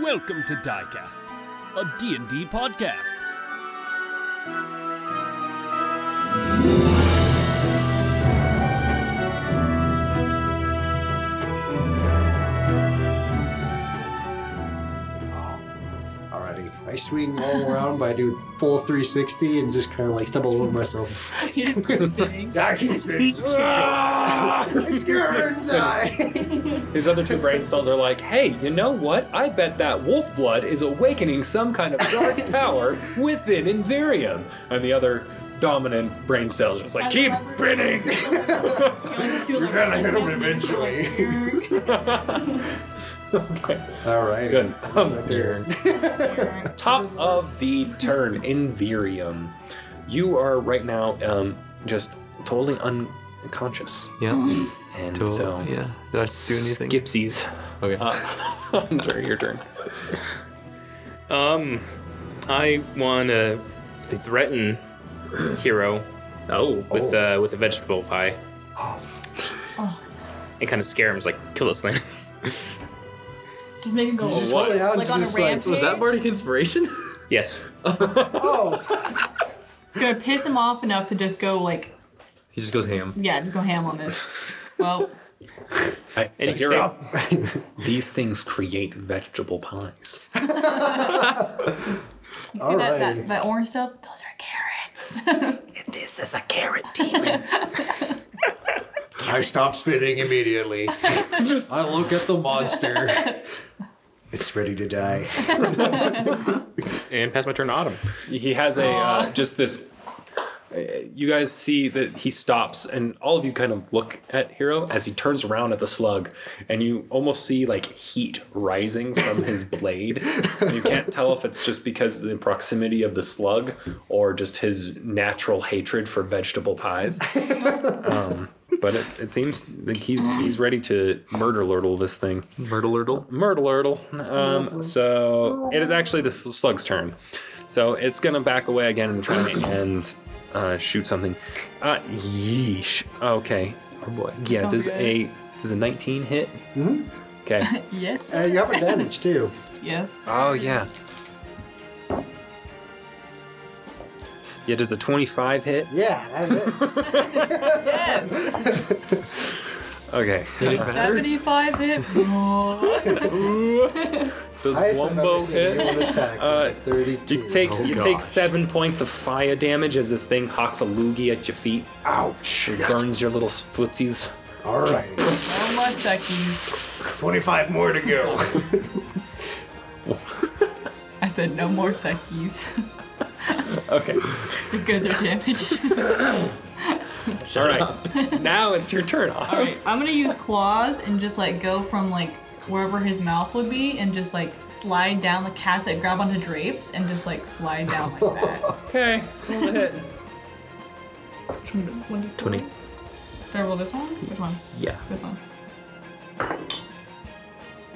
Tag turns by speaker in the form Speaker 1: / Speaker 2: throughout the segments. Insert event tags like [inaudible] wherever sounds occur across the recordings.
Speaker 1: Welcome to Diecast, a D&D podcast.
Speaker 2: Alrighty. I swing all around, but I do full 360 and just kind of like stumble over myself.
Speaker 3: He just
Speaker 2: [laughs]
Speaker 3: keeps spinning.
Speaker 2: I keep spinning. I'm scared to die. [laughs]
Speaker 4: His other two brain cells are like, hey, you know what? I bet that wolf blood is awakening some kind of
Speaker 1: [laughs]
Speaker 4: dark power within Inverium. And the other dominant brain cell is just like, keep spinning! [laughs]
Speaker 3: He always do,
Speaker 2: You're
Speaker 3: like,
Speaker 2: gonna hit him
Speaker 3: like,
Speaker 2: eventually.
Speaker 4: okay,
Speaker 2: Alrighty.
Speaker 4: good. Um,
Speaker 2: Not
Speaker 4: [laughs]
Speaker 2: there.
Speaker 4: top of the turn, Inverium. You are right now um, just totally unconscious. [clears throat]
Speaker 5: Yeah.
Speaker 4: And
Speaker 5: Totally.
Speaker 4: so,
Speaker 5: yeah. Do I do anything?
Speaker 4: [laughs] Skipsies.
Speaker 5: Okay.
Speaker 4: Uh, Hunter, your turn.
Speaker 6: Um, I want to threaten Hero. Oh, with uh, with a vegetable pie. Oh. And kind of scare him. It's like, kill this thing.
Speaker 3: [laughs]
Speaker 6: [laughs]
Speaker 3: Just make him go.
Speaker 2: You just
Speaker 3: "Oh,
Speaker 2: hold it out and
Speaker 3: Like on a
Speaker 2: just like,
Speaker 3: rampage.
Speaker 5: was that bardic inspiration?
Speaker 6: yes.
Speaker 2: [laughs] oh, [laughs]
Speaker 3: It's gonna piss him off enough to just go like,
Speaker 5: he just goes ham.
Speaker 3: yeah, just go ham
Speaker 2: [laughs]
Speaker 3: on this. Well,
Speaker 6: And
Speaker 4: Hero.
Speaker 6: Hero.
Speaker 4: These things create vegetable pies.
Speaker 3: you see
Speaker 2: All
Speaker 3: that,
Speaker 2: right.
Speaker 3: that that orange stuff? Those are carrots.
Speaker 6: This is a carrot team.
Speaker 2: I stop spinning [laughs] immediately. I look at the monster. [laughs] It's ready to [laughs] die.
Speaker 6: and pass my turn to Autumn.
Speaker 4: He has a uh, just this. uh, You guys see that he stops, and all of you kind of look at Hero as he turns around at the slug, and you almost see like heat rising from [laughs] his blade. And you can't tell if it's just because of the proximity of the slug or just his natural hatred for vegetable pies. [laughs] Um, but it, it seems like he's he's ready to murder Lurtle this thing.
Speaker 5: Myrtle Lurtle.
Speaker 4: Myrtle Lurtle. Um, so it is actually the slug's turn. So it's gonna back away again and try and uh, shoot something. Uh, yeesh. Okay.
Speaker 5: Oh boy.
Speaker 4: Yeah.
Speaker 3: Sounds
Speaker 4: Does
Speaker 3: good.
Speaker 4: a does a 19 hit? Mm-hmm. Okay. [laughs]
Speaker 3: yes.
Speaker 2: Uh, you have advantage too.
Speaker 3: Yes.
Speaker 4: oh yeah. Yeah. Does a 25 hit?
Speaker 2: Yeah, that is
Speaker 3: Yes.
Speaker 4: Okay.
Speaker 3: Seventy-five
Speaker 2: [laughs]
Speaker 3: hit.
Speaker 4: [laughs] Does
Speaker 2: it.
Speaker 4: Wombo hit?
Speaker 2: Anyone attack.
Speaker 4: Uh,
Speaker 2: Uh, 32.
Speaker 4: You take
Speaker 5: Oh,
Speaker 4: you take
Speaker 5: gosh.
Speaker 4: seven points of fire damage as this thing hocks a loogie at your feet,
Speaker 2: Ouch.
Speaker 4: burns your little splitsies.
Speaker 2: Alright.
Speaker 3: Oh my suckies.
Speaker 2: 25 more to go.
Speaker 3: [laughs] I said no more suckies. [laughs]
Speaker 4: Okay.
Speaker 3: You guys are damaged.
Speaker 4: All right. now it's your turn. All
Speaker 3: Alright, I'm gonna use claws and just like go from like wherever his mouth would be and just like slide down the cast it, grab onto drapes, and just like slide down like [laughs] that.
Speaker 4: Okay. Roll a hit.
Speaker 5: 20.
Speaker 3: Should I roll this one? Which one?
Speaker 5: Yeah.
Speaker 3: This one.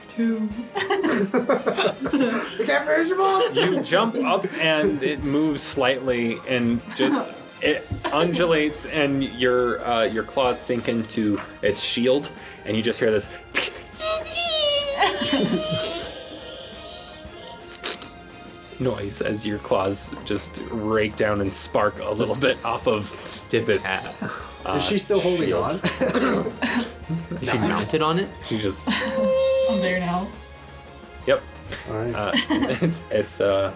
Speaker 3: Two.
Speaker 2: You got miserable? [laughs]
Speaker 4: You jump up and it moves slightly and just it undulates and your uh, your claws sink into its shield and you just hear this. Noise as your claws just rake down and spark a little bit off of stiffest.
Speaker 2: Is she still holding [laughs] on?
Speaker 5: She mounted on it.
Speaker 4: You just,
Speaker 3: I'm there now.
Speaker 4: yep.
Speaker 2: Alright.
Speaker 4: Uh, [laughs] it's it's uh,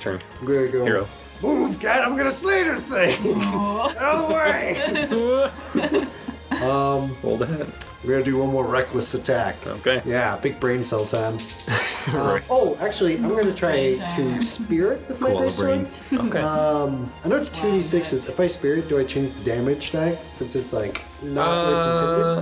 Speaker 2: [laughs]
Speaker 4: turn.
Speaker 2: I'm gonna go.
Speaker 4: Hero.
Speaker 2: Move, cat! I'm gonna slay this thing. [laughs]
Speaker 3: Oh.
Speaker 2: Out of the way. um,
Speaker 4: Roll the hit.
Speaker 2: we're gonna do one more reckless attack.
Speaker 4: Okay.
Speaker 2: Yeah, big brain cell time. Uh, oh, actually, I'm gonna try to spirit with my
Speaker 5: Koala
Speaker 2: first
Speaker 5: brain.
Speaker 2: one.
Speaker 4: Okay.
Speaker 2: Um, I know it's two d sixes. If I spirit, do I change the damage die since it's like not what it's
Speaker 4: Uh,
Speaker 2: intended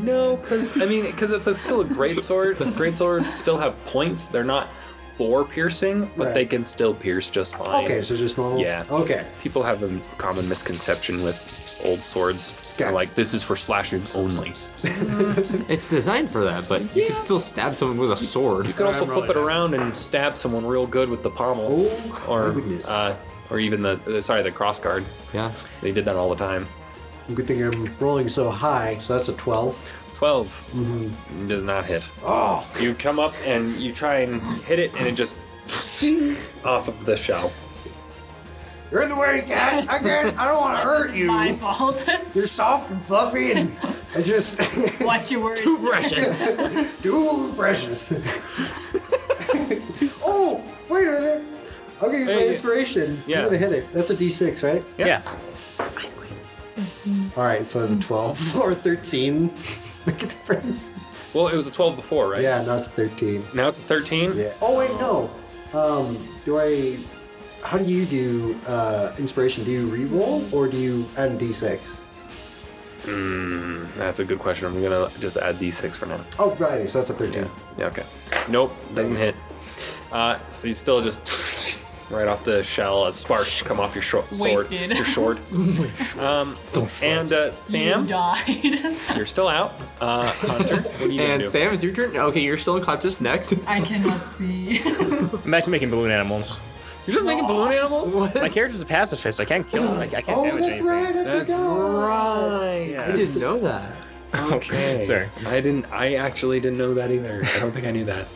Speaker 2: for?
Speaker 4: No, because I mean, because it's a, still a great sword.
Speaker 2: [laughs]
Speaker 4: Great swords still have points. They're not for piercing, but
Speaker 2: Right.
Speaker 4: they can still pierce just fine.
Speaker 2: Okay, so just normal.
Speaker 4: yeah.
Speaker 2: Okay.
Speaker 4: People have a common misconception with old swords. They're
Speaker 2: Okay.
Speaker 4: Like this is for slashing only.
Speaker 5: [laughs] It's designed for that, but you could still stab someone with a sword.
Speaker 4: You can also
Speaker 2: I'm
Speaker 4: flip it
Speaker 2: really-
Speaker 4: around and stab someone real good with the pommel,
Speaker 2: Oh, my
Speaker 4: or
Speaker 2: goodness.
Speaker 4: uh, or even the uh, sorry the cross guard.
Speaker 5: Yeah.
Speaker 4: They did that all the time.
Speaker 2: Good thing I'm rolling so high. So that's a twelve.
Speaker 4: 12
Speaker 2: Mm-hmm.
Speaker 4: does not hit.
Speaker 2: Oh,
Speaker 4: You come up and you try and hit it, and it just off of the shell.
Speaker 2: you're in the way, cat. I can't. I don't want to hurt
Speaker 3: My
Speaker 2: you.
Speaker 3: fault. [laughs]
Speaker 2: You're soft and fluffy, and I just [laughs]
Speaker 3: Watch your words.
Speaker 1: Precious.
Speaker 2: too
Speaker 4: [laughs]
Speaker 2: precious. oh, wait a minute. Okay, it's my
Speaker 4: Hey.
Speaker 2: inspiration.
Speaker 4: Yeah.
Speaker 2: I'm gonna hit it. That's a D6, right?
Speaker 4: Yeah.
Speaker 2: All right, so it's a 12 [laughs] or 13. Make a difference.
Speaker 4: Well, it was a 12 before, right?
Speaker 2: Yeah, now it's a 13.
Speaker 4: Now it's a 13.
Speaker 2: Yeah. Oh wait, no. Um, do I? How do you do uh, inspiration? Do you re-roll or do you add a d6?
Speaker 4: That's a good question. I'm gonna just add d6 for now.
Speaker 2: Oh, right. So that's a thirteen.
Speaker 4: Yeah, okay. Nope, doesn't hit. Uh, so you still just [laughs] right off the shell, uh, sparks come off your shor- sword.
Speaker 3: Wasted. [laughs]
Speaker 4: Your sword.
Speaker 2: [laughs]
Speaker 4: um, and uh, Sam,
Speaker 3: You died. [laughs]
Speaker 4: you're still out. Uh, Hunter, what are you gonna
Speaker 7: And
Speaker 4: do?
Speaker 7: Sam, it's your turn. Okay, you're still unconscious. Next. [laughs]
Speaker 3: I cannot see. [laughs]
Speaker 6: I'm back to making balloon animals.
Speaker 4: You're just making balloon animals?
Speaker 7: What?
Speaker 6: My character's a pacifist. I can't kill him. I, I can't
Speaker 2: Oh, that's
Speaker 6: damage anything. [laughs]
Speaker 2: right. I
Speaker 4: That's
Speaker 2: forgot.
Speaker 4: right.
Speaker 7: I
Speaker 6: Yeah.
Speaker 7: didn't know that.
Speaker 4: Okay.
Speaker 6: Sorry.
Speaker 4: I didn't. I actually didn't know that either. I don't think I knew that.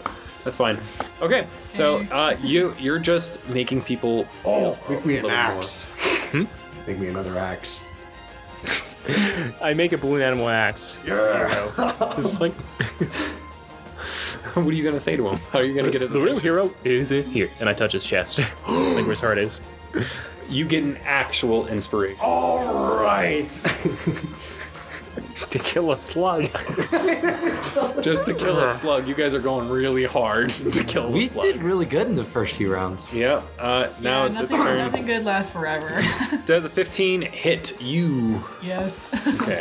Speaker 4: That's fine. Okay. So
Speaker 3: Thanks.
Speaker 4: uh, you you're just making people. [laughs]
Speaker 2: Oh, make me
Speaker 4: Little
Speaker 2: an
Speaker 4: more.
Speaker 2: axe. Hmm? Make me another axe.
Speaker 6: I make a balloon animal axe.
Speaker 2: Yeah.
Speaker 6: It's like
Speaker 4: what are you gonna say to him? How are you gonna get his
Speaker 6: the real
Speaker 4: attention?
Speaker 6: hero is in here, and I touch his chest, [laughs] like where his heart is.
Speaker 4: You get an actual inspiration.
Speaker 2: Oh, All right.
Speaker 6: To kill a slug.
Speaker 4: Just to kill a slug. You guys are going really hard [laughs] to kill a
Speaker 7: Uh-huh. We
Speaker 4: slug.
Speaker 7: did really good in the first few rounds.
Speaker 4: Yeah. Uh, now
Speaker 3: Yeah,
Speaker 4: it's its
Speaker 3: nothing,
Speaker 4: turn.
Speaker 3: Nothing good lasts forever. [laughs]
Speaker 4: Does a 15 hit you?
Speaker 3: yes.
Speaker 4: Okay.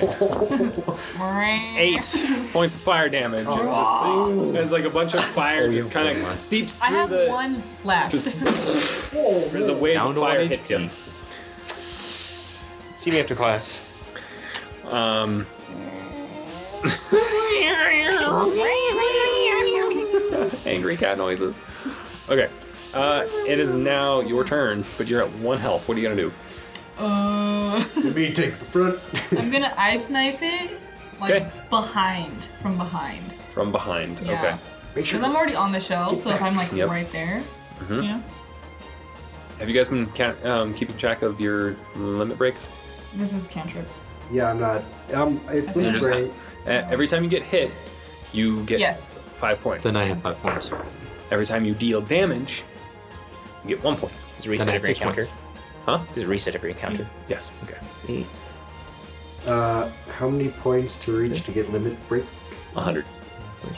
Speaker 4: [laughs] Eight points of fire damage. As this thing, as like a bunch of fire
Speaker 7: Oh, you
Speaker 4: just kind
Speaker 7: poor
Speaker 4: of
Speaker 7: one.
Speaker 4: seeps through
Speaker 3: I have
Speaker 4: the.
Speaker 3: one left.
Speaker 4: Just-
Speaker 2: Oh,
Speaker 4: There's a wave
Speaker 7: Down
Speaker 4: of
Speaker 7: to one
Speaker 4: fire
Speaker 7: HP.
Speaker 4: hits you.
Speaker 1: See me after class.
Speaker 4: Um, angry cat noises. Okay. Uh, it is now your turn, but you're at one health. What are you gonna do?
Speaker 3: uh,
Speaker 2: let me take the front. [laughs]
Speaker 3: I'm gonna ice knife it, like
Speaker 4: Okay.
Speaker 3: behind, from behind.
Speaker 4: From behind.
Speaker 3: Yeah.
Speaker 4: Okay.
Speaker 2: Make sure.
Speaker 3: Because I'm already on the shell, so if I'm like
Speaker 4: Yep. Mm-hmm.
Speaker 3: right there, you know,
Speaker 4: Have you guys been ca- um, keeping track of your limit breaks?
Speaker 3: this is cantrip.
Speaker 2: Yeah, I'm not. Um, it's
Speaker 3: You're
Speaker 2: the
Speaker 4: just
Speaker 2: break.
Speaker 4: Uh, every time you get hit, you get
Speaker 3: Yes.
Speaker 4: five points.
Speaker 7: Then I have five points.
Speaker 4: Every time you deal damage, you get one point.
Speaker 1: Just
Speaker 7: Then
Speaker 1: reset
Speaker 7: I have
Speaker 1: every
Speaker 7: six
Speaker 1: encounter.
Speaker 7: points.
Speaker 4: Huh?
Speaker 1: Just reset every encounter.
Speaker 4: Yes. Okay.
Speaker 2: Uh, how many points to reach to get limit break?
Speaker 4: 100.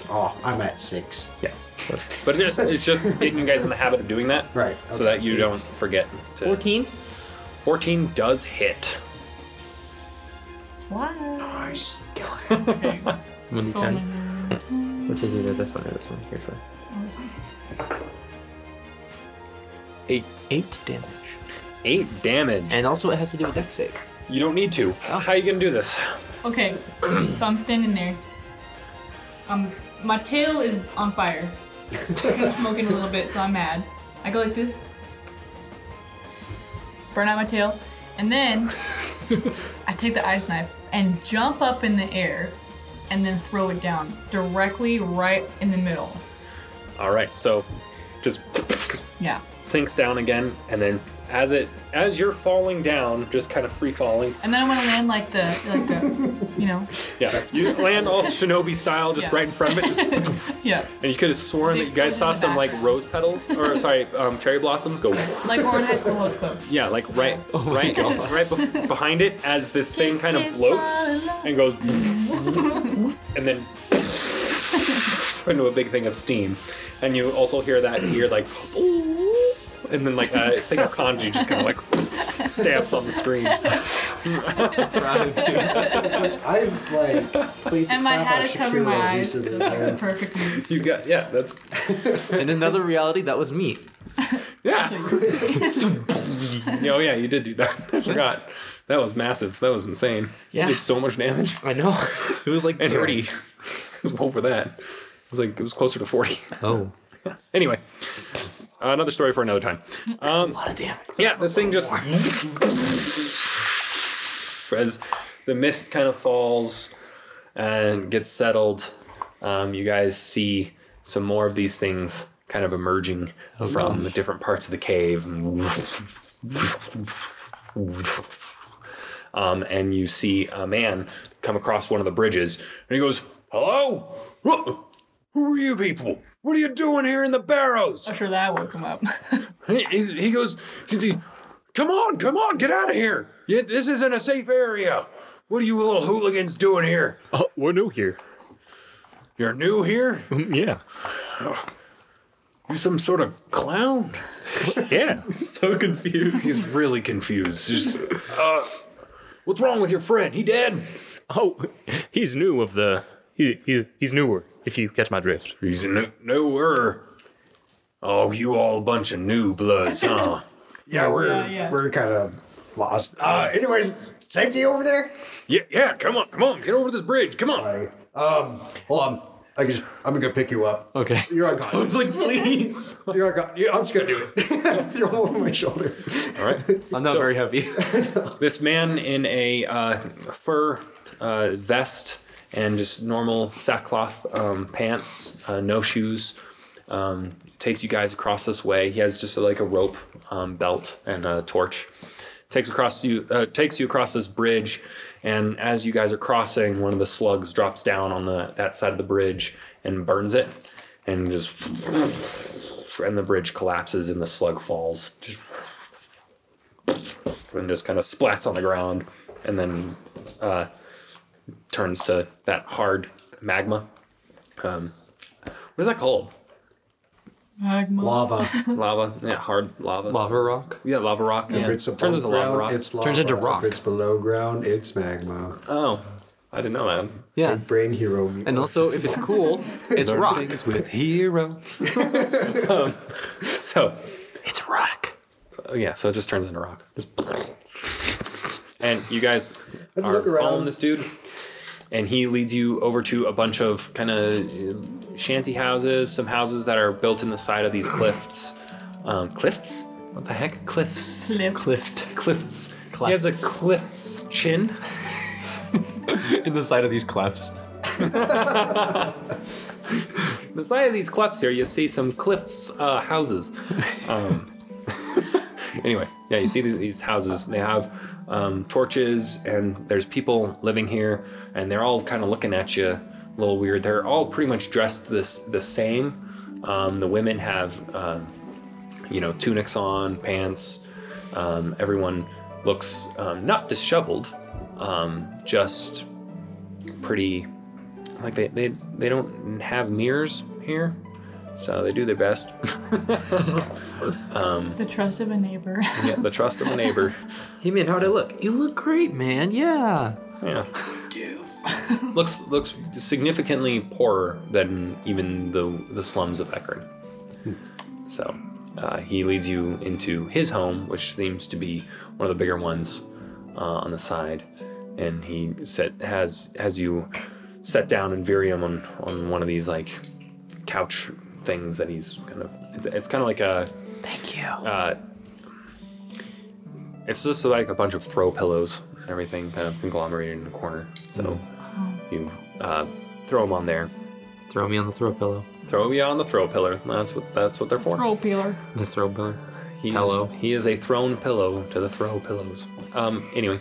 Speaker 2: Oh, I'm at six.
Speaker 4: Yeah. But it's just, it's just getting you guys in the habit of doing that.
Speaker 2: Right,
Speaker 4: So
Speaker 2: okay.
Speaker 4: that you don't forget. To... 14? 14 does hit.
Speaker 3: Swat.
Speaker 2: Nice.
Speaker 7: When you
Speaker 3: So
Speaker 7: turn.
Speaker 3: many-
Speaker 7: Which is either this one or this one. Here's one.
Speaker 4: Eight.
Speaker 7: Eight damage.
Speaker 4: [laughs] Eight damage.
Speaker 7: And also, it has to do with dex save.
Speaker 4: you don't need to. How are you going to do this?
Speaker 3: Okay, so I'm standing there. Um, my tail is on fire. It's smoking a little bit, so I'm mad. I go like this, burn out my tail, and then I take the ice knife and jump up in the air, and then throw it down directly right in the middle.
Speaker 4: All right. So just
Speaker 3: Yeah.
Speaker 4: sinks down again. And then as it, as you're falling down, just kind of free falling.
Speaker 3: And then I want to land like the, like the, you know,
Speaker 4: Yeah. you land all shinobi style, just
Speaker 3: Yeah.
Speaker 4: right in front of it. Just
Speaker 3: yeah,
Speaker 4: And you could have sworn that you guys saw some like rose petals or sorry, um, cherry blossoms go.
Speaker 3: like we're in high school host club.
Speaker 4: Yeah, Oh like right, right, right bef- behind it as this thing kind of
Speaker 3: Sisters
Speaker 4: floats
Speaker 3: fall in love.
Speaker 4: and goes, [laughs] and then into a big thing of steam. And you also hear that here, like, and then like a thing of kanji just kind of like stamps on the screen.
Speaker 2: I've like played the
Speaker 3: And my
Speaker 2: crap
Speaker 3: hat
Speaker 2: out of
Speaker 3: is covering my
Speaker 2: Shakira
Speaker 3: eyes. It's
Speaker 2: recently,
Speaker 3: like the
Speaker 2: man.
Speaker 3: perfect move.
Speaker 4: [laughs] You got yeah, that's
Speaker 7: In another reality, that was me.
Speaker 4: yeah. [laughs] oh yeah, you did do that. I forgot. That was massive. That was insane.
Speaker 7: Yeah.
Speaker 4: You did so much damage.
Speaker 7: I know. It was like
Speaker 4: and 30. it [laughs] was over that. It was like it was closer to 40.
Speaker 7: [laughs] Oh.
Speaker 4: anyway, another story for another time. Um,
Speaker 7: lot of damage.
Speaker 4: yeah, this thing just as the mist kind of falls and gets settled. Um, you guys see some more of these things kind of emerging from the different parts of the cave. Um, and you see a man come across one of the bridges, and he goes, "Hello, Who- who are you people? What are you doing here in the barrows?"
Speaker 3: I'm sure that woke him up.
Speaker 4: He, he's- he goes, he's- he- Come on, come on, get out of here. Yeah, this isn't a safe area. What are you little hooligans doing here?
Speaker 6: Oh, we're new here.
Speaker 4: You're new here?
Speaker 6: Mm, Yeah.
Speaker 4: You some sort of clown?
Speaker 6: Yeah.
Speaker 8: So confused.
Speaker 4: He's really confused. He's Just, uh, what's wrong with your friend? He dead?
Speaker 6: Oh, he's new of the. He, he he's newer. If you catch my drift.
Speaker 4: He's no, newer. Oh, you all a bunch of new bloods, huh?
Speaker 2: Yeah, we're
Speaker 3: Yeah, yeah.
Speaker 2: we're kind of lost. Uh, anyways, safety over there.
Speaker 4: yeah, yeah, come on, come on, get over this bridge, come on. [laughs]
Speaker 2: Sorry. Um, hold on. I just I'm gonna pick you up.
Speaker 7: Okay.
Speaker 2: You're unconscious.
Speaker 4: like, please.
Speaker 2: You're unconscious. Yeah, I'm just gonna do it. Throw him over my shoulder.
Speaker 4: All right.
Speaker 7: I'm not very heavy.
Speaker 4: this man in a uh, fur uh, vest and just normal sackcloth um, pants, uh, no shoes, um, takes you guys across this way. He has just like a rope um, belt and a torch. Takes across you, uh, takes you across this bridge, and as you guys are crossing, one of the slugs drops down on the that side of the bridge and burns it, and just and the bridge collapses and the slug falls. Just and just kind of splats on the ground and then uh, turns to that hard magma. Um, what is that called?
Speaker 3: Magma.
Speaker 7: [laughs]
Speaker 2: Lava.
Speaker 4: Lava? Yeah, hard lava.
Speaker 7: [laughs] Lava rock.
Speaker 4: Yeah, lava rock.
Speaker 2: If
Speaker 4: yeah.
Speaker 2: it's
Speaker 4: turns
Speaker 2: above
Speaker 4: into lava
Speaker 2: ground,
Speaker 4: rock.
Speaker 2: it's lava.
Speaker 7: Turns into rock.
Speaker 2: If it's below ground, it's magma.
Speaker 4: Oh, I didn't know that.
Speaker 7: Yeah.
Speaker 2: Brain hero. mutant.
Speaker 7: And also, if it's cool, [laughs] it's rock. with hero.
Speaker 4: [laughs] So,
Speaker 7: It's rock.
Speaker 4: uh, yeah, so it just turns into rock. Just and you guys
Speaker 2: I'd
Speaker 4: are
Speaker 2: look around.
Speaker 4: following this dude, and he leads you over to a bunch of kind of shanty houses, some houses that are built in the side of these cliffs. Um, cliffs? What the heck? Cliffs.
Speaker 3: Cliffs.
Speaker 4: Clift. Cliffs. He has a cliffs chin.
Speaker 7: [laughs] In the side of these clefts.
Speaker 4: [laughs] the side of these cliffs here, you see some cliffs uh, houses. Um, anyway, yeah, you see these, these houses. They have um, torches, and there's people living here, and they're all kind of looking at you a little weird. They're all pretty much dressed this the same. Um, the women have, um, you know, tunics on, pants. Um, everyone looks um, not disheveled, um, just pretty like they, they they don't have mirrors here so they do their best [laughs]
Speaker 3: The trust of
Speaker 2: [laughs]
Speaker 3: a neighbor.
Speaker 4: get the trust of a neighbor
Speaker 7: Hey man, how'd I look? You look great, man. Yeah.
Speaker 4: yeah looks looks significantly poorer than even the the slums of Ekron so uh, he leads you into his home which seems to be one of the bigger ones uh, on the side and he set has has you set down in Virium on on one of these like couch things that he's kind of it's, it's kind of like a
Speaker 7: Thank you.
Speaker 4: uh, it's just like a bunch of throw pillows and everything kind of conglomerated in a corner. So
Speaker 2: Hmm.
Speaker 4: you uh, throw them on there.
Speaker 7: Throw me on the throw pillow.
Speaker 4: Throw you on the throw pillar. That's what that's what they're for.
Speaker 3: Roll peeler.
Speaker 7: The throw pillar.
Speaker 4: He's,
Speaker 7: Pillow.
Speaker 4: He is a thrown pillow to the throw pillows. Um. Anyway,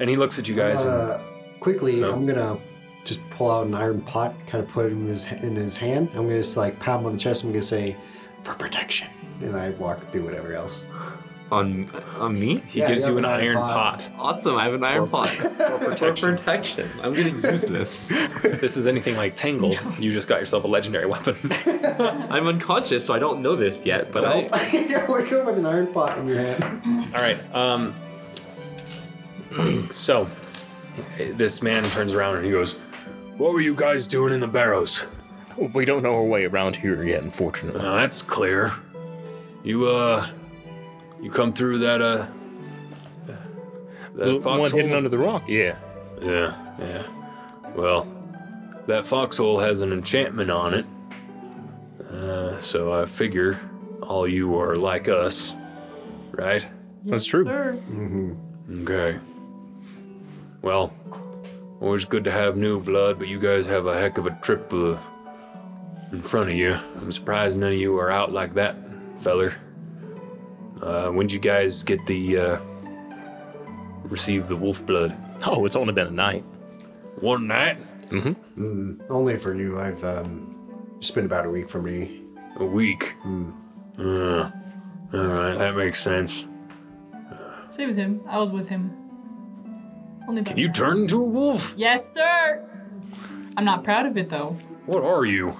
Speaker 4: and he looks at you guys. and-
Speaker 2: Uh, quickly, I'm gonna just pull out an iron pot, kind of put it in his in his hand. I'm gonna just like pat him on the chest. I'm gonna say, "For protection," and I walk do whatever else. [laughs]
Speaker 7: On on me?
Speaker 4: he
Speaker 2: yeah,
Speaker 4: gives
Speaker 2: you
Speaker 4: you an
Speaker 2: have an
Speaker 4: iron
Speaker 2: iron
Speaker 4: pot.
Speaker 7: Awesome. I have an iron pot.
Speaker 4: for
Speaker 7: [laughs]
Speaker 4: protection.
Speaker 7: protection. I'm gonna use this.
Speaker 4: if this is anything like
Speaker 2: [laughs]
Speaker 4: Tangled, you just got yourself a legendary weapon.
Speaker 7: I'm unconscious, so I don't know this yet, but I
Speaker 2: You're working with an iron pot in your hand.
Speaker 4: All right. Um, [clears throat] so this man turns around and he goes, "What were you guys doing in the barrows?"
Speaker 6: Oh, We don't know our way around here yet, unfortunately.
Speaker 4: Now that's clear. You uh, you come through that uh,
Speaker 6: The
Speaker 4: that
Speaker 6: one hidden
Speaker 4: foxhole.
Speaker 6: under the rock. Yeah.
Speaker 4: yeah, yeah. Well, that foxhole has an enchantment on it. Uh, so I figure all you are like us, right?
Speaker 6: That's true.
Speaker 3: Sir.
Speaker 4: Okay. Well, Always good to have new blood, but you guys have a heck of a trip uh, in front of you. I'm surprised none of you are out like that, feller. Uh, when'd you guys get the uh, receive the wolf blood?
Speaker 6: Oh, it's only been a night.
Speaker 4: One night,
Speaker 2: Only for you. I've um, it's been about a week for me.
Speaker 4: a week. Uh, all right, that makes sense.
Speaker 3: So it was him. I was with him. Only
Speaker 4: Can you turn into a wolf?
Speaker 3: Yes, sir. I'm not proud of it though.
Speaker 4: What are you?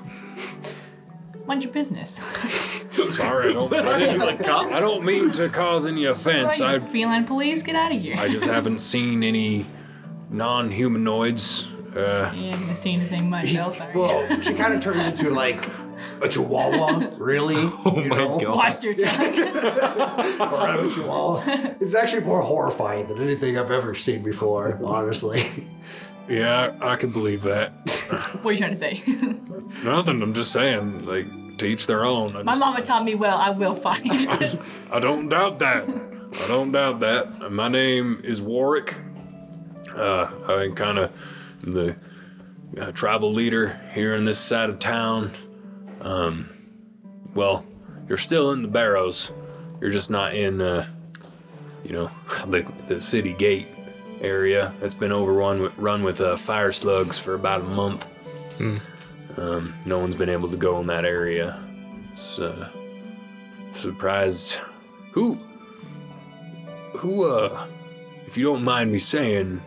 Speaker 3: Mind your business. [laughs]
Speaker 4: Sorry, I [laughs] don't, I, didn't- I don't mean to cause any offense.
Speaker 3: Right,
Speaker 4: I
Speaker 3: you feline police, get out of here.
Speaker 4: I just haven't seen any non-humanoids. Uh,
Speaker 3: [laughs] you ain't gonna see anything much else. Are
Speaker 2: [laughs]
Speaker 3: you?
Speaker 2: Well, she kind of turns into like a chihuahua,
Speaker 4: [laughs]
Speaker 2: really. Oh my god!
Speaker 3: [laughs] Watch your tongue. [laughs]
Speaker 2: Or a chihuahua. It's actually more horrifying than anything I've ever seen
Speaker 4: [laughs]
Speaker 2: before, honestly.
Speaker 4: yeah, I can believe that. [laughs]
Speaker 3: what are you trying to say? [laughs]
Speaker 4: Nothing. I'm just saying, like, to each their own. I,
Speaker 3: My
Speaker 4: just,
Speaker 3: mama taught me well. I will
Speaker 2: [laughs]
Speaker 3: fight. [laughs]
Speaker 4: I don't doubt that. I don't doubt that. Uh, My name is Warwick. Uh, I'm kind of the uh, tribal leader here in this side of town. Um, well, you're still in the barrows. You're just not in, uh, you know, [laughs] the, the city gate area that's been overrun with, run with uh, fire slugs for about a month. Um, no one's been able to go in that area. It's, uh, surprised. Who? Who? Uh, if you don't mind me saying,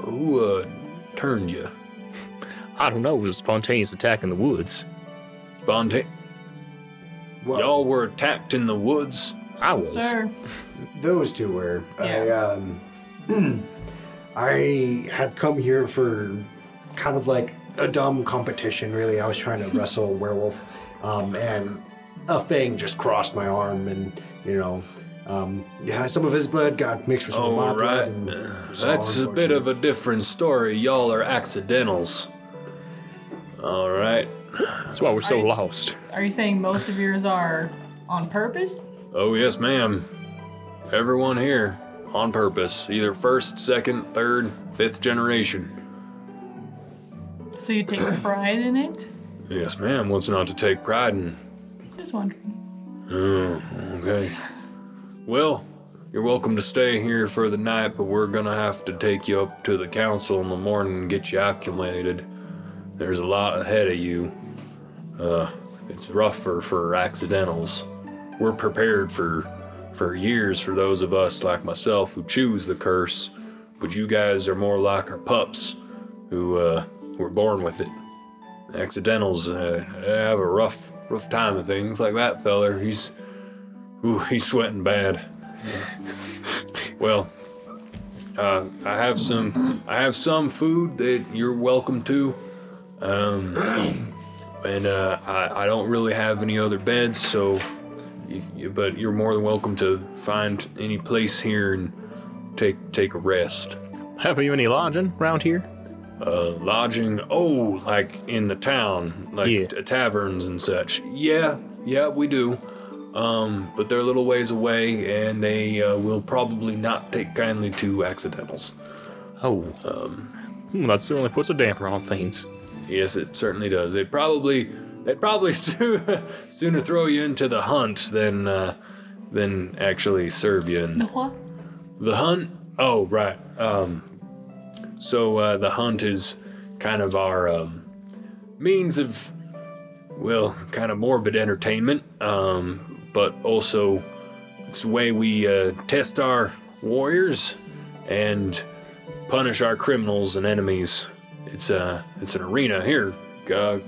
Speaker 4: who uh turned you?
Speaker 6: I don't know. It was a spontaneous attack in the woods.
Speaker 4: Bonte?
Speaker 2: Well,
Speaker 4: Y'all were attacked in the woods.
Speaker 6: I was.
Speaker 3: sir,
Speaker 2: those two were. I,
Speaker 3: Yeah.
Speaker 2: um, [clears throat] I had come here for kind of like a dumb competition, really. I was trying to wrestle a werewolf, um, and a thing just crossed my arm, and you know, um, yeah, some of his blood got mixed with some of my
Speaker 4: All right.
Speaker 2: blood. And
Speaker 4: Uh,
Speaker 2: it was
Speaker 4: That's
Speaker 2: all
Speaker 4: a bit of a different story. Y'all are accidentals. All right.
Speaker 6: That's why we're so
Speaker 3: Are you-
Speaker 6: lost.
Speaker 3: are you saying most of yours are on purpose?
Speaker 4: Oh yes, ma'am. Everyone here on purpose, either first, second, third, fifth generation.
Speaker 3: So you take pride in it?
Speaker 4: Yes, ma'am. What's not to take pride in?
Speaker 3: Just wondering. [laughs]
Speaker 4: Oh, okay. Well, you're welcome to stay here for the night, but we're gonna have to take you up to the council in the morning and get you acclimated. There's a lot ahead of you. Uh, it's rougher for accidentals. We're prepared for for years for those of us like myself who choose the curse, but you guys are more like our pups who uh, were born with it accidentals uh, have a rough rough time of things like that feller he's ooh, he's sweating bad well uh, i have some i have some food that you're welcome to um, and uh, I, I don't really have any other beds so you, you, but you're more than welcome to find any place here and take take a rest
Speaker 6: Have you any lodging around here?
Speaker 4: uh, lodging. Oh, like in the town, like
Speaker 6: Yeah.
Speaker 4: t- taverns and such. Yeah, yeah, we do. Um, but they're a little ways away, and they uh, will probably not take kindly to accidentals.
Speaker 6: Oh. Um. That certainly puts a damper on things.
Speaker 4: Yes, it certainly does. They probably they'd probably [laughs] soo- sooner throw you into the hunt than uh, than actually serve you. And
Speaker 3: The what?
Speaker 4: The hunt. Oh, right. Um, so uh, the hunt is kind of our um, means of, well, kind of morbid entertainment, um, but also it's the way we uh, test our warriors and punish our criminals and enemies. It's uh, it's an arena here. Uh,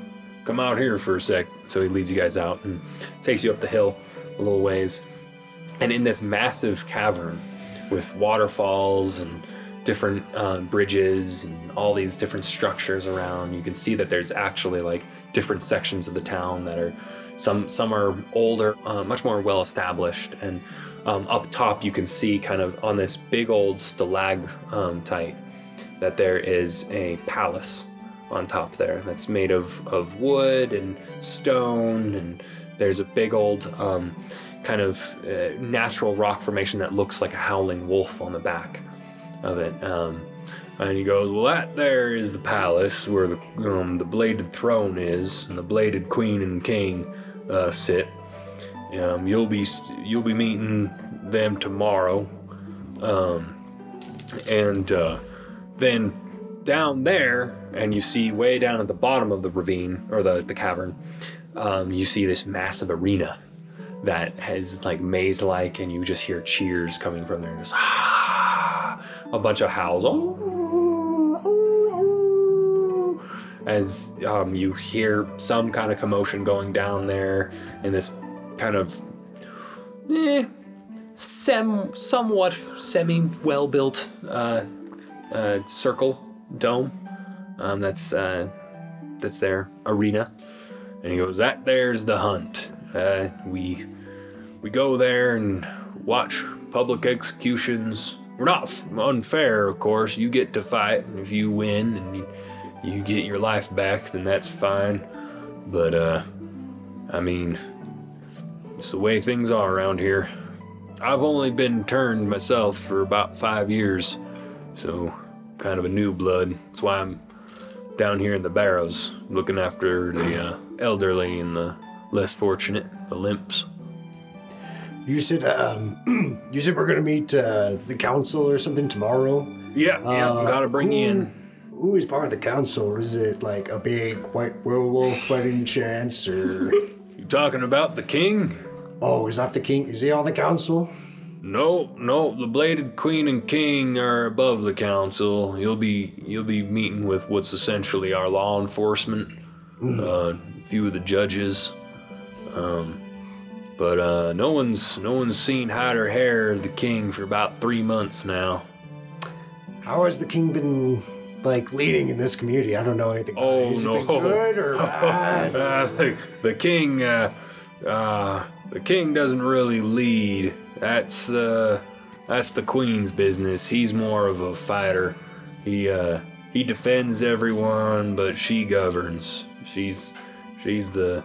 Speaker 4: come out here for a sec. So he leads you guys out and takes you up the hill a little ways, and in this massive cavern with waterfalls and different uh, bridges and all these different structures around. You can see that there's actually like different sections of the town that are some some are older, uh, much more well established, and um, up top you can see kind of on this big old stalagmite um, type that there is a palace on top there that's made of, of wood and stone and there's a big old um, kind of uh, natural rock formation that looks like a howling wolf on the back of it um, And he goes, Well, that there is the palace where the, um, the bladed throne is, and the bladed queen and king uh, sit. Um, you'll be you'll be meeting them tomorrow, um, and uh, then down there, and you see way down at the bottom of the ravine or the the cavern, um, you see this massive arena that has like maze-like, and you just hear cheers coming from there, just "Ah!" a bunch of howls. "Oh, As um, you hear some kind of commotion going down there in this kind of eh, sem- somewhat semi well built uh, uh, circle dome um, that's uh, that's their arena. And he goes, That there's the hunt. Uh, we we go there and watch public executions. We're not f- unfair, of course. You get to fight, and if you win and you, you get your life back, then that's fine. But uh, I mean, it's the way things are around here. I've only been turned myself for about five years, so kind of a new blood. That's why I'm down here in the barrows, looking after the uh, elderly and the less fortunate, the limps.
Speaker 2: You said um, [clears throat] you said we're gonna meet uh, the council or something tomorrow.
Speaker 4: Yeah, yeah, gotta bring you in.
Speaker 2: Who is part of the council? Is it like a big white werewolf wedding chance,
Speaker 4: [laughs]
Speaker 2: or
Speaker 4: You talking about the king?
Speaker 2: oh, is that the king? Is he on the council?
Speaker 4: No, no, the bladed queen and king are above the council. You'll be you'll be meeting with what's essentially our law enforcement, uh, a few of the judges. Um, but uh, no one's no one's seen hide or hair of the king for about three months now.
Speaker 2: How has the king been like leading in this community? I don't know anything. about it.
Speaker 4: Oh
Speaker 2: Has he
Speaker 4: no!
Speaker 2: been good
Speaker 4: [laughs]
Speaker 2: or bad?
Speaker 4: Uh, [laughs] the, the king, uh, uh, the king doesn't really lead. That's uh, that's the queen's business. He's more of a fighter. He uh, he defends everyone, but she governs. She's she's the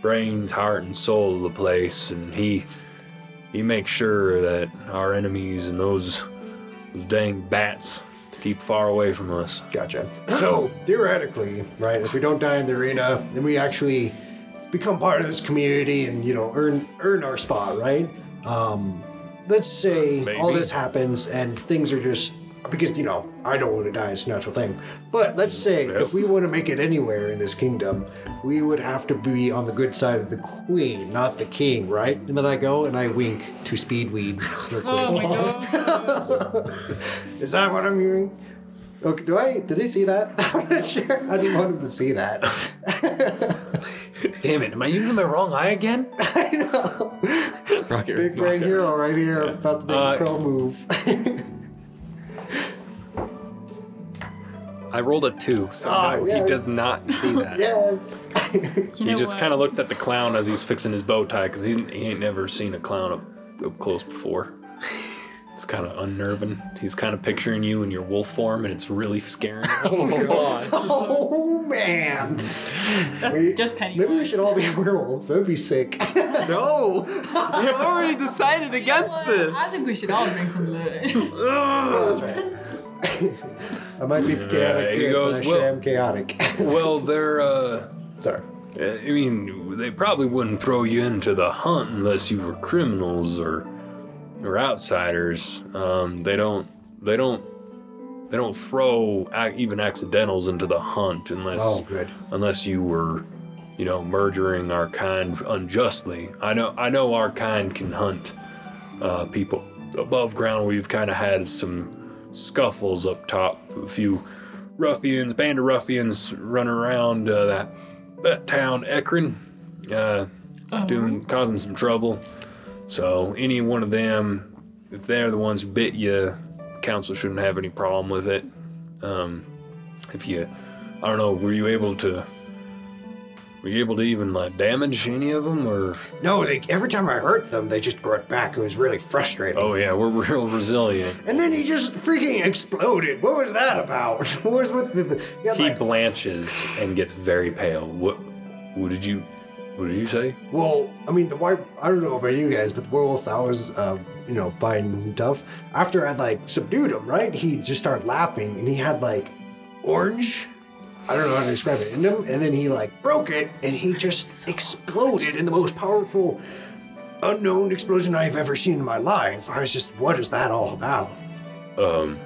Speaker 4: brains, heart, and soul of the place, and he he makes sure that our enemies and those, those dang bats keep far away from us.
Speaker 2: Gotcha. So theoretically, right, if we don't die in the arena, then we actually become part of this community and you know earn earn our spot, right? Um, let's say all this happens and things are just because you know I don't want to die; it's a natural thing. But let's say if we want to make it anywhere in this kingdom, we would have to be on the good side of the queen, not the king, right? And then I go and I wink to
Speaker 3: [laughs]
Speaker 2: Speedweed. real quick.
Speaker 3: Oh my god.
Speaker 2: [laughs] Is that what I'm hearing? Okay, do I? Did he see that? [laughs] I'm not sure. I didn't want him to see that.
Speaker 4: Damn it! Am I using my wrong eye again?
Speaker 2: I know.
Speaker 7: Rocket.
Speaker 2: Big brain hero right here, about to make
Speaker 4: Uh,
Speaker 2: a pro move. [laughs]
Speaker 1: I rolled a two, so
Speaker 2: Ah,
Speaker 1: no,
Speaker 2: yes.
Speaker 1: he does not see that.
Speaker 2: yes. [laughs]
Speaker 3: You
Speaker 4: He
Speaker 3: know
Speaker 4: just
Speaker 3: what?
Speaker 4: kind of looked at the clown as he's fixing his bow tie because he, he ain't never seen a clown up, up close before. it's kind of unnerving. He's kind of picturing you in your wolf form, and it's really scary.
Speaker 2: oh man.
Speaker 3: That's
Speaker 2: We-
Speaker 3: just Penny.
Speaker 2: Maybe we should all be [laughs] werewolves. That would be sick. [laughs]
Speaker 7: [laughs] No!
Speaker 9: I've already decided against
Speaker 3: I think we should all drink some blood.
Speaker 2: That's right. I might be chaotic,
Speaker 4: he
Speaker 2: good,
Speaker 4: goes,
Speaker 2: but I
Speaker 4: well-
Speaker 2: sham chaotic. [laughs]
Speaker 4: well, they're. Uh,
Speaker 2: Sorry.
Speaker 4: I mean, they probably wouldn't throw you into the hunt unless you were criminals or or outsiders. Um, they don't. They don't. They don't throw ac- even accidentals into the hunt unless
Speaker 2: Oh, good.
Speaker 4: unless you were, you know, murdering our kind unjustly. I know, I know, our kind can hunt uh, people above ground. We've kind of had some scuffles up top, a few ruffians, band of ruffians, running around uh, that that town, Ekron, uh, doing causing some trouble. So any one of them, if they're the ones who bit you, council shouldn't have any problem with it. Um, if you I don't know. Were you able to? Were you able to even like damage any of them, or?
Speaker 2: No, they, every time I hurt them, they just brought back. It was really frustrating.
Speaker 4: Oh yeah, we're [laughs] real resilient.
Speaker 2: And then he just freaking exploded. What was that about? [laughs] What was with the? the he had
Speaker 4: He
Speaker 2: like,
Speaker 4: blanches and gets very pale. What? What did you? What did you say?
Speaker 2: Well, I mean, the white, I don't know about you guys, but the werewolf that was, uh, you know, fine and tough. After I'd like subdued him, right? He just started laughing and he had like orange. I don't know how to describe it in him. And then he like broke it and he just exploded in the most powerful, unknown explosion I've ever seen in my life. I was just, what is that all about?
Speaker 4: Um.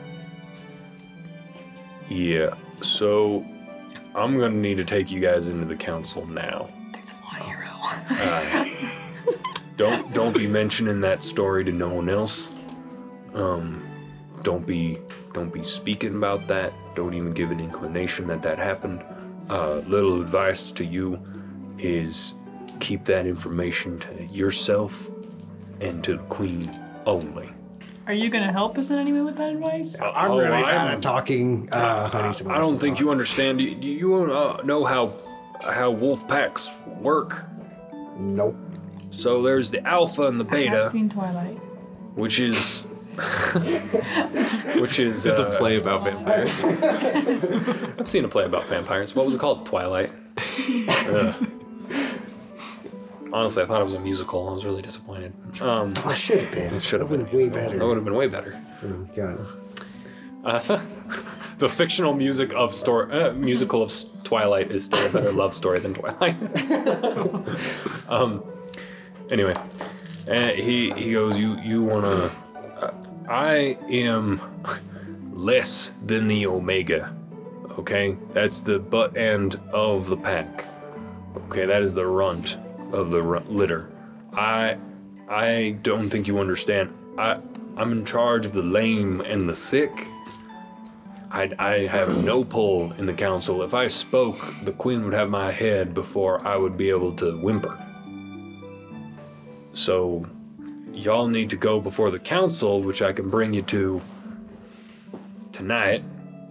Speaker 4: Yeah. So, I'm gonna need to take you guys into the council now.
Speaker 3: Thanks a lot, hero.
Speaker 4: Don't don't be mentioning that story to no one else. Um, don't be don't be speaking about that. Don't even give an inclination that that happened. Uh, little advice to you is keep that information to yourself and to the queen only.
Speaker 3: Are you gonna help us in any way with that advice?
Speaker 2: I'm
Speaker 4: Oh,
Speaker 2: really bad
Speaker 4: I'm-
Speaker 2: at talking. Uh, honey, someone
Speaker 4: I
Speaker 2: else
Speaker 4: don't
Speaker 2: to
Speaker 4: think
Speaker 2: talk.
Speaker 4: you understand. Do do you uh, know how how wolf packs work?
Speaker 2: Nope.
Speaker 4: So there's the alpha and the
Speaker 3: I've
Speaker 4: beta,
Speaker 3: seen Twilight.
Speaker 4: which is [laughs] which is
Speaker 7: It's
Speaker 4: uh,
Speaker 7: a play about vampires.
Speaker 4: I've seen a play about vampires. What was it called? Twilight. Ugh. Honestly, I thought it was a musical. I was really disappointed. Um,
Speaker 2: I should have been.
Speaker 4: should have been
Speaker 2: been
Speaker 4: a
Speaker 2: way
Speaker 4: musical. That
Speaker 2: better.
Speaker 4: would
Speaker 2: Oh
Speaker 4: have been way better.
Speaker 2: God.
Speaker 4: The fictional music of story, uh, musical of s- Twilight is still a better love story than Twilight. [laughs] um, anyway, uh, he he goes, you you wanna? Uh, I am less than the Omega. Okay, that's the butt end of the pack. Okay, that is the runt of the ru- litter. I I don't think you understand. I I'm in charge of the lame and the sick. I, I have no pull in the council. If I spoke, the queen would have my head before I would be able to whimper. So, y'all need to go before the council, which I can bring you to tonight.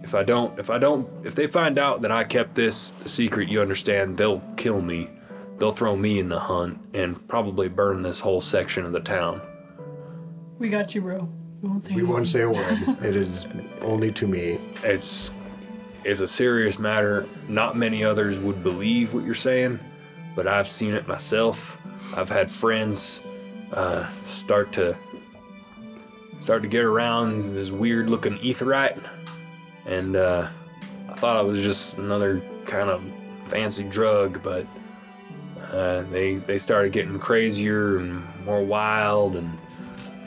Speaker 4: If I don't, if I don't, if they find out that I kept this a secret, you understand, they'll kill me. They'll throw me in the hunt and probably burn this whole section of the town.
Speaker 3: We got you, bro. We won't say
Speaker 2: We
Speaker 3: anything.
Speaker 2: won't say a word. It is only to me.
Speaker 4: it's it's a serious matter. Not many others would believe what you're saying, but I've seen it myself. I've had friends uh, start to start to get around this weird-looking etherite, and uh, I thought it was just another kind of fancy drug, but uh, they they started getting crazier and more wild. And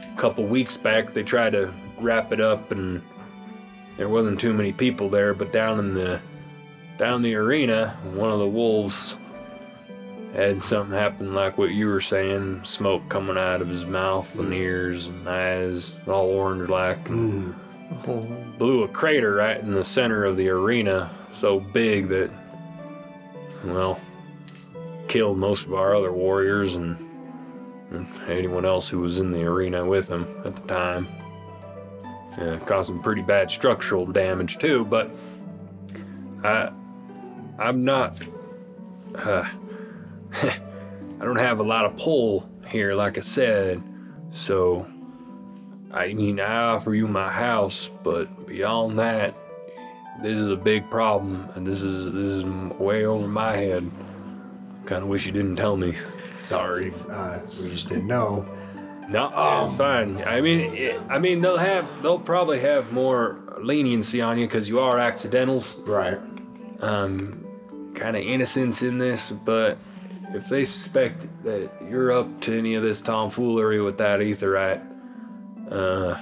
Speaker 4: a couple weeks back, they tried to wrap it up and there wasn't too many people there, but down in the down the arena, one of the wolves had something happen like what you were saying, smoke coming out of his mouth and ears and eyes, all orange like and blew a crater right in the center of the arena, so big that well killed most of our other warriors and, and anyone else who was in the arena with him at the time. Uh, caused some pretty bad structural damage too, but I, I'm not. Uh, [laughs] I don't have a lot of pull here, like I said. So, I mean, I offer you my house, but beyond that, this is a big problem, and this is this is m- way over my head. Kind of wish you didn't tell me. Sorry.
Speaker 2: Uh, we just didn't know.
Speaker 4: No, it's fine. I mean, it, I mean, they'll have, they'll probably have more leniency on you because you are accidentals.
Speaker 2: Right.
Speaker 4: Um, kind of innocence in this, but if they suspect that you're up to any of this tomfoolery with that etherite, uh,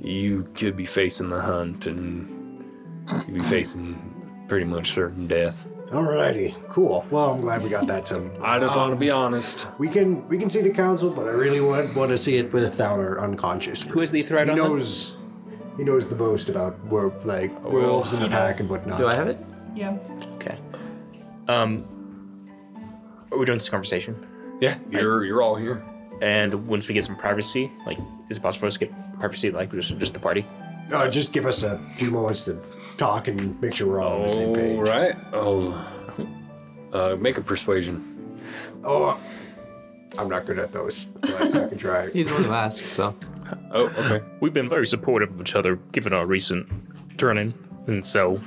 Speaker 4: you could be facing the hunt and you'd be facing pretty much certain death.
Speaker 2: Alrighty. Cool. Well, I'm glad we got that to.
Speaker 4: I just want to be honest.
Speaker 2: We can we can see the council, but I really want want to see it without her unconscious.
Speaker 9: Who is the threat
Speaker 2: He
Speaker 9: on them?
Speaker 2: knows. He knows the most about where like werewolves in the pack and whatnot.
Speaker 7: Do I have it?
Speaker 3: Yeah.
Speaker 9: Okay. Um, are we doing this conversation?
Speaker 4: Yeah, you're you're all here.
Speaker 9: And once we get some privacy, like, is it possible for us to get privacy, like, just, just the party?
Speaker 2: Uh, just give us a few moments to talk and make sure we're all on the same page.
Speaker 4: All right. Oh, uh, make a persuasion.
Speaker 2: Oh, I'm not good at those. But I can try.
Speaker 7: He's the one who asked, so.
Speaker 4: Oh, okay.
Speaker 6: We've been very supportive of each other, given our recent turning, and so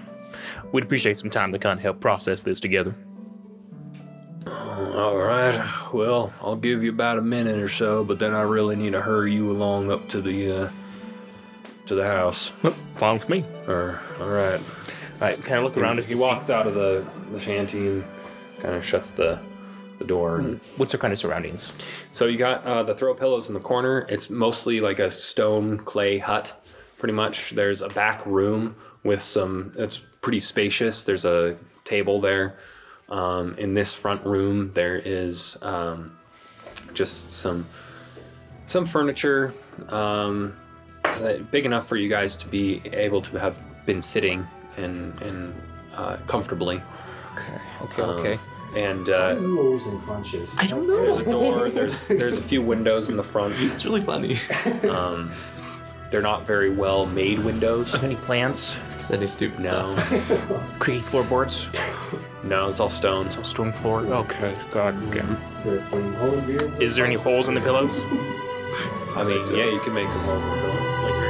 Speaker 6: we'd appreciate some time to kind of help process this together.
Speaker 4: All right. Well, I'll give you about a minute or so, but then I really need to hurry you along up to the uh, to the house.
Speaker 9: Fine with me.
Speaker 4: Or, all right.
Speaker 9: I kind of look around as
Speaker 4: he
Speaker 9: to see-
Speaker 4: walks out of the, the shanty and kind of shuts the the door. and-
Speaker 9: What's our kind of surroundings?
Speaker 4: So you got uh, the throw pillows in the corner. It's mostly like a stone clay hut, pretty much. There's a back room with some. It's pretty spacious. There's a table there. Um, in this front room, there is um, just some some furniture um, that- big enough for you guys to be able to have been sitting and and uh, comfortably.
Speaker 7: Okay, okay.
Speaker 4: And uh,
Speaker 2: Who always unconscious? I don't
Speaker 4: there's a door. There's there's a few windows in the front.
Speaker 7: It's
Speaker 9: [laughs]
Speaker 7: really funny.
Speaker 4: They're not very well made [laughs] windows.
Speaker 9: Any plants?
Speaker 7: Because I do stupid
Speaker 4: No,
Speaker 7: stuff.
Speaker 9: Creaky floorboards?
Speaker 4: no, it's all stones.
Speaker 9: Stone floor? Okay. God. damn.
Speaker 2: know.
Speaker 9: Is there any holes in the pillows?
Speaker 4: I mean, yeah, you can make some holes in the pillows.
Speaker 9: Like